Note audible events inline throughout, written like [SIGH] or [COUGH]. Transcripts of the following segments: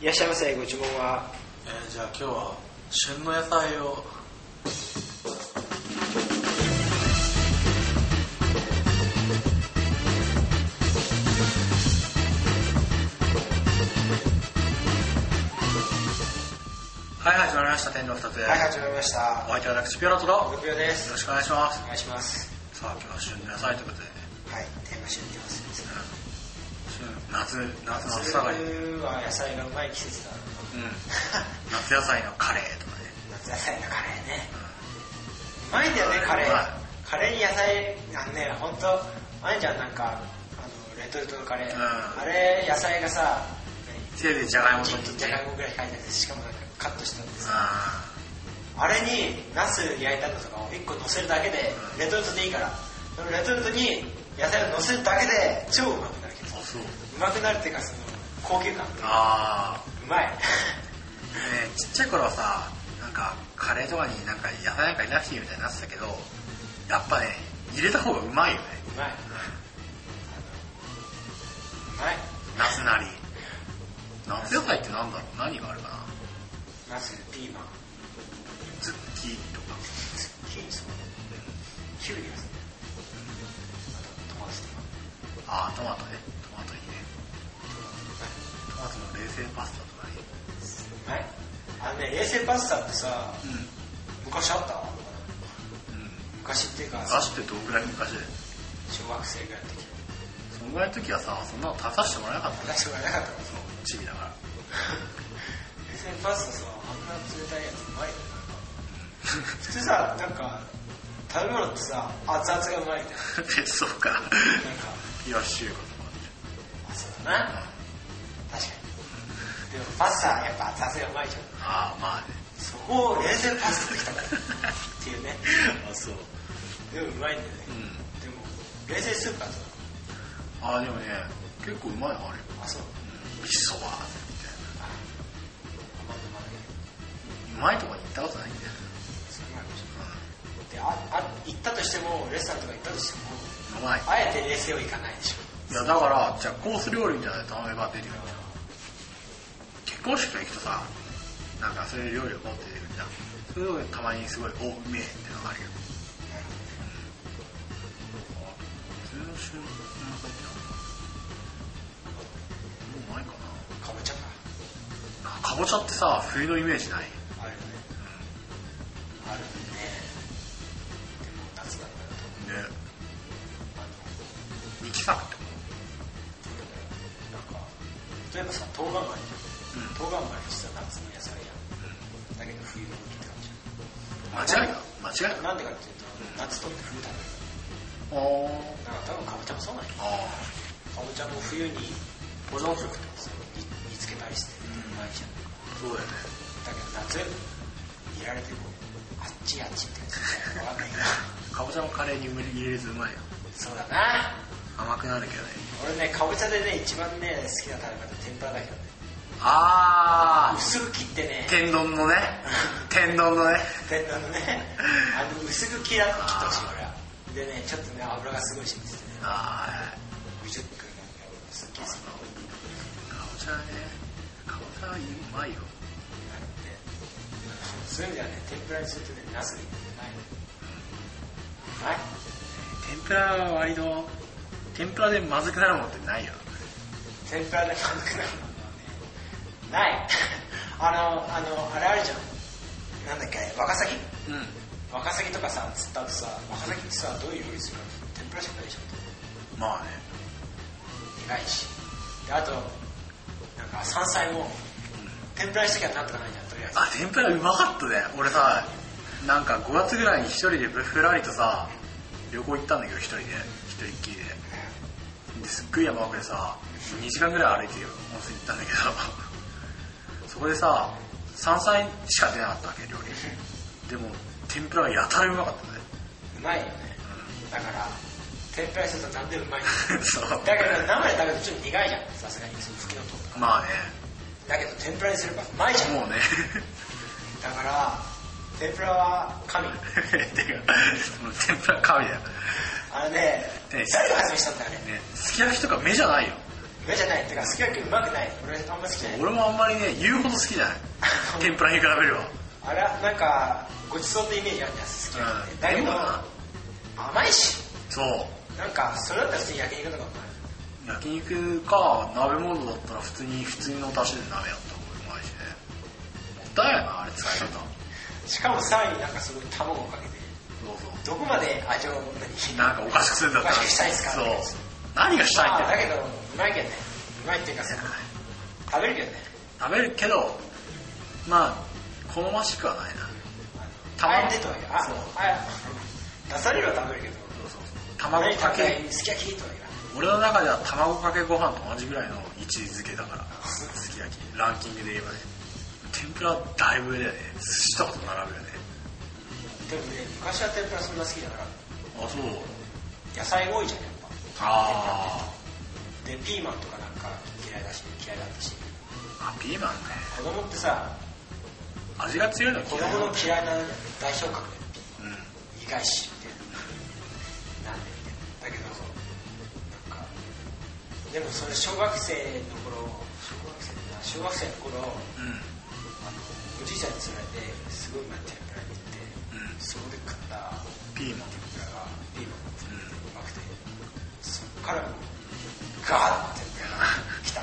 いらっしゃいませご注文はえーじゃあ今日は旬の野菜をはい始まりました天井二つはい始まりましたお相手は私ピオラトとよ6秒ですろしくお願いしますお願いしますさあ今日は旬の野菜ということではいテーマ知ってます旬夏夏の暑さがいい、うん、夏は野菜がうまい季節 [LAUGHS] だ夏野菜のカレーとかね夏野菜のカレーねうまいんだよねカレうまいーカレーに野菜あのね本当あんちゃんなんかあのレトルトのカレー、うんあれ野菜がさせいぜいじゃがいもちとょっっとてじゃねがいもぐらい入っててしかもなんかカットしたんですああれにナス焼いたのとかを1個乗せるだけでうんレトルトでいいからそのレトルトに野菜を乗せるだけで超うまくなるけどーあそううまくなるっていうかその高級感うあ [LAUGHS] まいーねちっちゃい頃はさなんかカレーとかになんか野菜なんかいなくていいみたいになってたけどやっぱね入れた方がうまいよねうまいうまい夏なり夏野菜ってなんだろう何があるかなナスピーマンズッキーニとかズッキーニそうキュウリがそうあとトマトとかああトマトねトマトいいねトマトの冷製パスタとかねうまいうまいあのね冷製パスタってさう昔あったんうん昔っていうか昔ってどのくらい昔で小学生ぐらいの時そのぐらいの時はさそんなの立たせてもらえなかった私とかなかったもんそうチビだから [LAUGHS] 冷製パスタさあんな冷たいやつうまいよなんか普通さなんか食べ物ってさ熱々がうまいんだよえそうかなんかいやシューかとかあそうだな確かにでもパスタはやっぱ熱々がうまいじゃんああまあねそこを冷製パスタできたからっていうねあそうでもうまいんだよねうんでも冷製スープだとああでもね結構うまいのあれあそううん味噌はみたいまだまだねなうまいとこに行ったことないんだよねそれもあるでしょでああ行ったとしてもレストランとか行ったとしてもうんうまいあえて冷製を行かないでしょいやだからじゃあコース料理みたいなの頼めば出てくるじゃん結婚式とか行くとさなんかそういう料理を持って出てくるじゃんそういうのがたまにすごいおうめえってのがあるよ普通の旬の野菜ってなんだろうもうないかかぼちゃかなかかぼちゃってさ冬のイメージないあるよねあるねでも夏なんだなとねあの二期作ってこなんか例えばさ冬瓜丸と冬瓜丸ってさ夏の野菜じゃんだけど冬の時って感じ間違いだ間違いなだんでかっていうと夏とって冬食あーべるだから多分かぼちゃもそうなんやあかぼちゃも冬にー保存食ってこそう煮煮つけたりしてうまいじゃんとそうだよねだけど夏いられてこうあっちあっちって感じわかんないけどかぼちゃのカレーに入れれずうまいよそうだな甘くなるけどね俺ねかぼちゃでね一番ね好きな食べ方天ぷらだけどねああ薄く切ってね天丼 [LAUGHS] のね天丼のね天丼のねあの薄く切ら切ってほしい俺はでねちょっとね油がすごい染みててねああぐじゅっくなんか俺すっげえ好きなのかぼちゃねかぼちゃうまいよあってそういう意味ではね天ぷらにするとねナスにうまいねうまい天ぷらは割と天ぷらでまずくなるもんってないよ天ぷらでまずくなるものはねない [LAUGHS] あのあのあれあるじゃんなんだっけあれワカサギうんワカサギとかさ釣った後さワカサギってさどういう料理するの天ぷらしかないでしょまあね苦いしであとなんか山菜も天ぷらにしときゃなんとかないじゃんとりあえずあ天ぷらうまかったね俺さなんか5月ぐらいに一人でぶふらりとさ旅行行ったんだけど一人で一人っきりでですっごい山奥でさ2時間ぐらい歩いて温泉行ったんだけどそこでさ山菜しか出なかったわけ料理でも天ぷらはやたらうまかったねうまいよねだから天ぷらにするとなんでうまいんだそうよ [LAUGHS] だけど生で食べるとちょっと苦いじゃんさすがにその茎のとこまあねだけど天ぷらにすればうまいじゃんもうね [LAUGHS] だから天ぷらは [LAUGHS] 神てかもう天ぷら神だよあれねね誰が発明したんだよねねすき焼きとか目じゃないよう嫌じゃないってかすき焼きうまくない俺あんま好きじゃない俺もあんまりね言うほど好きじゃない天ぷらに比べればあれはなんかごちそうってイメージあるじゃんすき焼きってだけうんでどもな甘いしそうなんかそれだったら普通に焼肉とかもある焼肉か鍋物だったら普通に普通の出汁で鍋やった方がうまいしねもったいないなあれ使い方そうしかもさらになんかすごい卵をかけてそうどこまで味を何なんかおかしくするんだったらおかしくしたいっすかそう何がしたいんまあだだよけどうまいけどねうまいっていうかさ食べるけどね食べるけどまあ好ましくはないなたたままににとは言うあそうあ出されるは食べるけどそうそう何卵か食べけないすき焼きとは言わない俺の中では卵かけご飯と同じぐらいの位置づけだからすき焼きランキングで言えばね天ぷらはだいぶ上だよね寿司とかと並ぶよねでもね昔は天ぷらそんな好きじゃなかっあそうた野菜多いじゃんやっぱあでピーマンとかなんか嫌いだし嫌いだったしーあピーマンね子供ってさ味が強いの子嫌い供のだ嫌いな代表格でうん意外しみたいななんでみたいなだけどなんかでもそれ小学生の頃小学生だな小学生の頃うんあのおじいちゃんに連れてすごいうまい天ぷらに行って、うんそこで食ったピーマン天ぷらがピーマンがうんうまくてそっからもうガーッと天ぷらが来た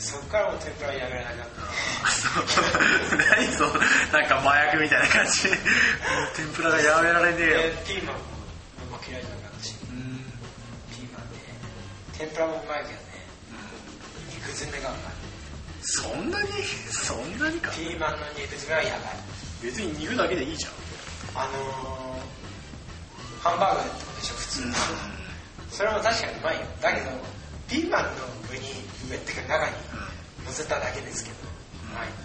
そっからもう天ぷらやめられなくなったあそう何そうなんか麻薬みたいな感じもう天ぷらがやめられねえよでピーマンもあんま嫌いじゃなかったしうんうんピーマンね天ぷらもうまいけどね肉詰めがうまいそんなにそんなにかピーマンの肉詰めはやばい別に肉だけでいいじゃんあのー、ハンバーグとかでしょ普通の、それも確かにうまいよだけどピーマンの上に上ってか中に乗せただけですけどうまいんで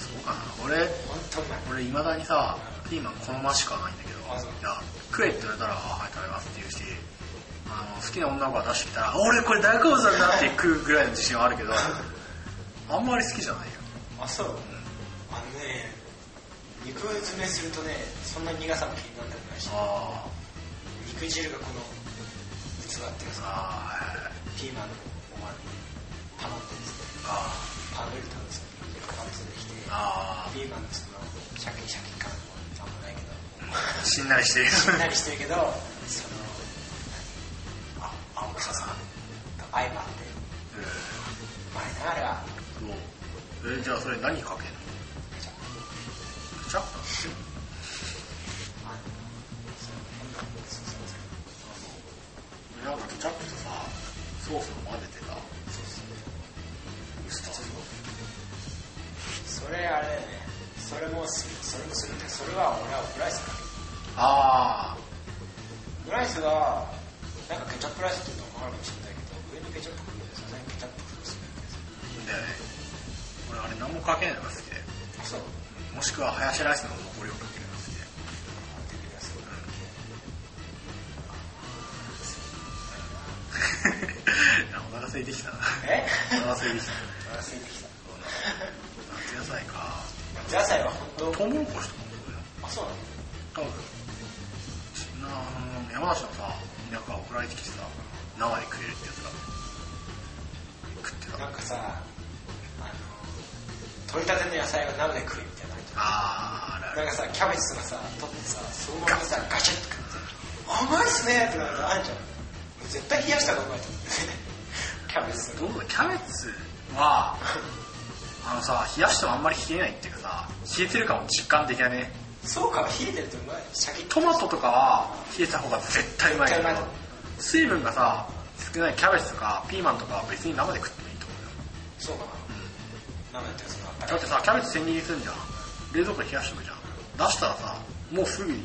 すよそうかな俺本当うまい俺いまだにさピーマン好ましくはないんだけどあそういや食えって言われたらあはい食べますって言うしあの好きな女の子が出してきたら俺これ大好物だなって食うぐらいの自信はあるけどあんまり好きじゃないよあそうあのね肉詰めするとねそんな苦さも気にならなくないしあ肉汁がこの器っていうかさああーピーマンのお椀に溜まってるんですねあパヌルタンですよパンツできてーあピーマンのそのシャキシャキ感もあんまないけどーしんなりしているしんなりしてるけどそのあ青臭さと相まってうまいなあれはそうえじゃあそれ何かけんのじゃケチャッああのそのそうそうそうプなんかケチャップとさソースを混ぜてさウスターソースそうそうそうそれあれだよねそれもするそれもするんだけどそれは俺はオムライスだオムライああスはなんかケチャップライスっていうのもあるかもしれないけど上にケチャップくるんでさらにケチャップくるんですよだよね俺あれ何もかけないのが好きであそうもしくはハヤシライスの残りをかけるのが好き出でてくださいお腹空いてきたなえお腹空いてきたお腹空いてきた夏野菜か夏野菜は本当トウモロコシとかもそうだよあそうなの多分なあの山梨のさ田舎から送られてきてさ生で食えるってやつが食ってたなんかさあの取り立ての野菜が鍋で食うみたいなのあるじゃあーあんなんれあれかさキャベツとかさ取ってさそのままさガシャッと食 [LAUGHS] って甘いっすねってなるのあるじゃん絶対冷やした方がうまいと思って [LAUGHS] キャベツとかどうだキャベツはあのさ冷やしてもあんまり冷えないっていうかさ冷えてる感も実感できないねそうか冷えてるとうまいシャキッとトマトとかは冷えた方が絶対うまいんだ絶け対どうま水分がさ少ないキャベツとかピーマンとかは別に生で食ってもいいと思うよそうかな鍋ってそのあったかだっいてさキャベツ千切りするんじゃん冷蔵庫で冷やしとくじゃん出したらさもうすぐに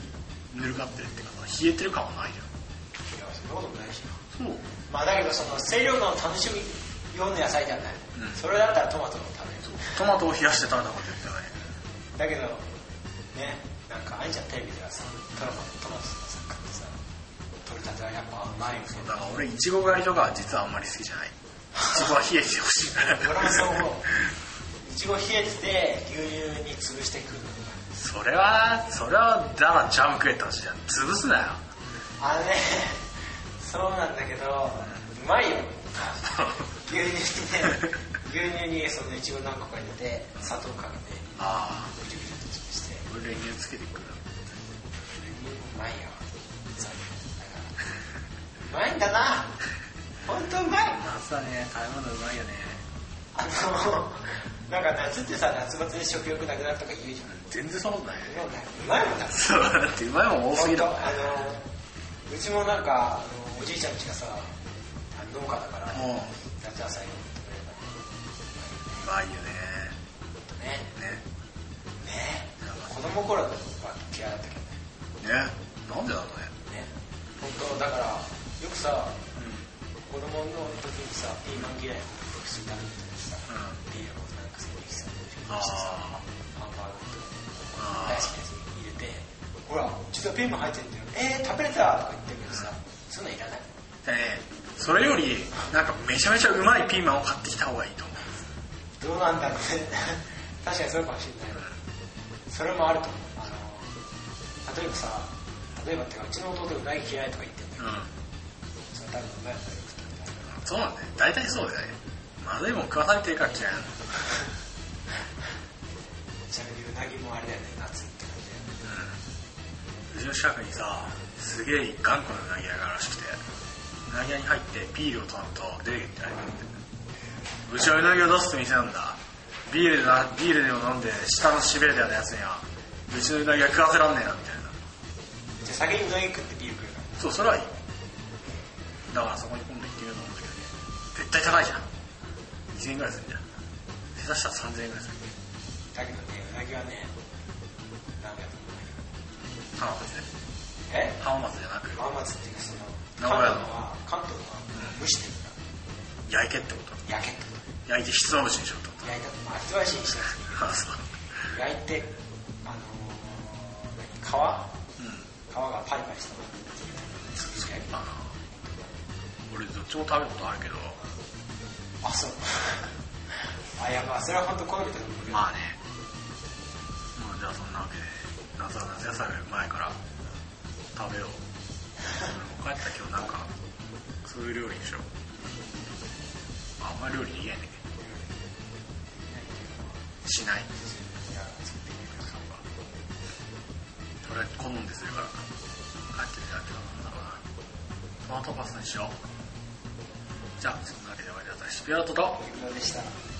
ぬるかってるっていうかさ冷えてる感はないじいやそんなことないしゃんそうまあだけどその清涼感を楽しむような野菜じゃない、うんそれだったらトマトを食べるトマトを冷やして食べた方が絶対なだいけどねなんかあいちゃんテレビではさトマトトマトとかさ買ってさ取れたてはやっぱうまいよねだから俺いちご狩りとかは実はあんまり好きじゃないいちごは冷えてほしいから俺もそう思ういちご冷えてて牛乳に潰して食うのがそれはそれはだからジャム食えって話じゃん潰すなよ [LAUGHS] あれねそうなんだけどうまいよ牛乳とね牛乳にそのいちご何個か入れて砂糖かけてあぐちゅぐちゅっと潰してあ俺練乳つけてくるうまいようまいんだな本当うまい夏だね食べ物うまいよねあのなんか夏ってさ夏バテで食欲なくなるとか言うじゃん全然そんなことないよねうまいもんだそうだってうまいもん多すぎ本当だもんあのうちもなんかあのおじいちゃんちがさあの農家だからうんう夏野菜を食べればまいよねねねね子供頃だとは嫌いだったけどねなんでだろうねね本当だからよくさ子供の時にさピーマン嫌いの僕するためにさうんうんビールをなんかそういうさあハンあバーグとか大好あきなやつに入れてほら実はピーマン入ってるんだよえー、食べれたとか言ってるけどさそんなんいらないあだねそれよりなんかめちゃめちゃうまいピーマンを買ってきた方がいいとどう思うなんだろうね [LAUGHS] 確かにそうかもしれないそれもあると思うあの例えばさ例えばってかうちの弟うなぎ嫌いとか言ってんだけどうそれ多分うまいもんだよ食ってたんそうなんだよ大体そうだよねまずいもん食わされてるから嫌いなのちなみにうなぎもあれだよね夏って感じだよねうちの近くにさすげえ頑固なうなぎ屋があるらしくてうなぎ屋に入ってビールを頼むと出てきてないかってうちはうなぎを出す店なんだビールでなビールでも飲んで下のしびれたようなやつにはうちのうなぎは食わせらんねえなみたいなじゃあ先にうなぎ食ってビール食うからそうそれはいいだからそこに今度行ってみようと思うんだけどね絶対高いじゃん2000円ぐらいするんじゃん下手したら3000円ぐらいするだけどねうなぎはねなんだろう浜松えで浜松じゃなく浜松っていうかその名関東は関古屋の東は蒸してるか焼けってことら焼けってこ焼いてひつまぶしにしろってこと焼いたとまあひつまぶしにしなくていい焼いてとあそうあのー何皮皮がパうんリパリしたものっていうそうだな俺どっちも食べたことあるけどあそうあやばそれは本当好みだと思うけど、まあねまあじゃあそんなわけで夏は夏野菜がうまいから食べよう俺も帰った今日なんかそういう料理にしようあんまり料理できないんだけどしないそれ好んでするから帰ってみたらってなんだろうなトマトパスタにしようじゃあそんなわけで終わりだったシピアートといろいろでした